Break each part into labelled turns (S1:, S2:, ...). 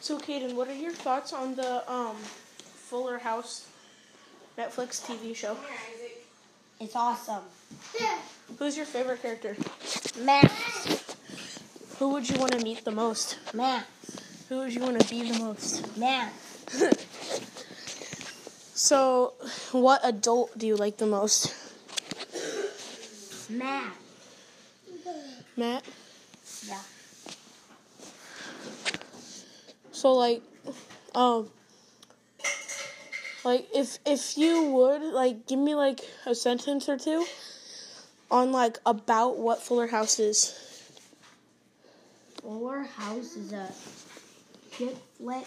S1: So, Caden, what are your thoughts on the um, Fuller House Netflix TV show?
S2: It's awesome.
S1: Who's your favorite character?
S2: Max.
S1: Who would you want to meet the most?
S2: Max.
S1: Who would you want to be the most?
S2: Max.
S1: So, what adult do you like the most?
S2: Max.
S1: Matt?
S2: Yeah.
S1: So like, um, like if if you would like give me like a sentence or two on like about what Fuller House is.
S2: Fuller House is a shit flick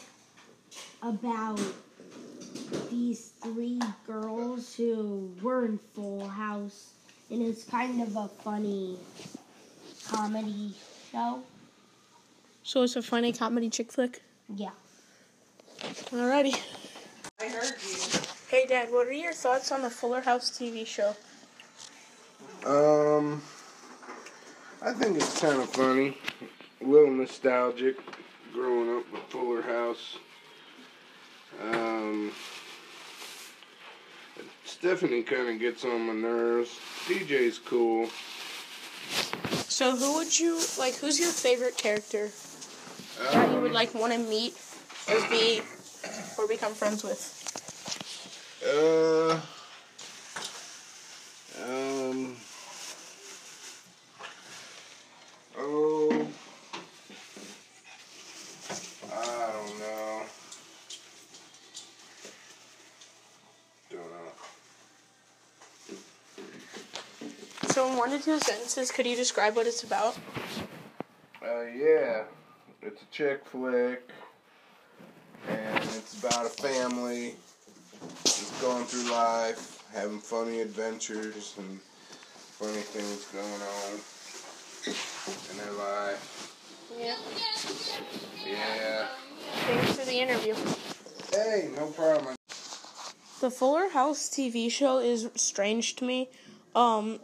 S2: about these three girls who were in Full House, and it's kind of a funny comedy show.
S1: So it's a funny comedy chick flick.
S2: Yeah.
S1: Alrighty.
S3: I heard you.
S1: Hey Dad, what are your thoughts on the Fuller House TV show?
S4: Um, I think it's kind of funny, a little nostalgic, growing up with Fuller House. Um, Stephanie kind of gets on my nerves. DJ's cool.
S1: So who would you like? Who's your favorite character that you would like want to meet or be or become friends with?
S4: Uh, um, oh, I don't know. Don't know.
S1: So in one to two sentences, could you describe what it's about?
S4: Uh, yeah, it's a chick flick, and it's about a family just going through life, having funny adventures and funny things going on in their life.
S1: Yeah.
S4: Yeah.
S1: Thanks for the interview.
S4: Hey, no problem.
S1: The Fuller House TV show is strange to me. Um,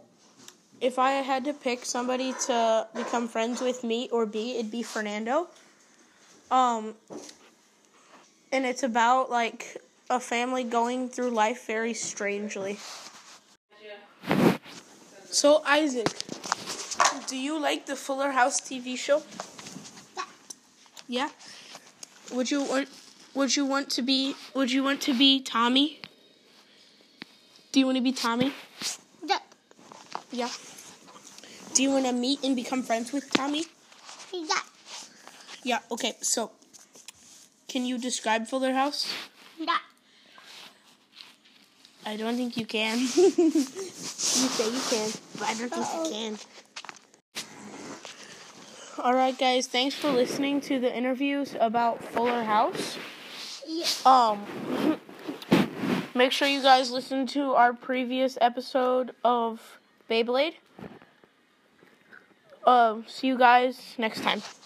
S1: if I had to pick somebody to become friends with, me or B, it'd be Fernando. Um, and it's about like a family going through life very strangely. So Isaac, do you like the Fuller House TV show? Yeah. Would you want? Would you want to be? Would you want to be Tommy? Do you want to be Tommy?
S2: Yeah.
S1: Yeah. Do you want to meet and become friends with Tommy?
S2: Yeah.
S1: Yeah. Okay. So, can you describe Fuller House?
S2: Yeah.
S1: I don't think you can. you say you can, but I don't think you can. All right, guys. Thanks for listening to the interviews about Fuller House.
S2: Yeah.
S1: Um, make sure you guys listen to our previous episode of Beyblade. Um, see you Uh, guys next time.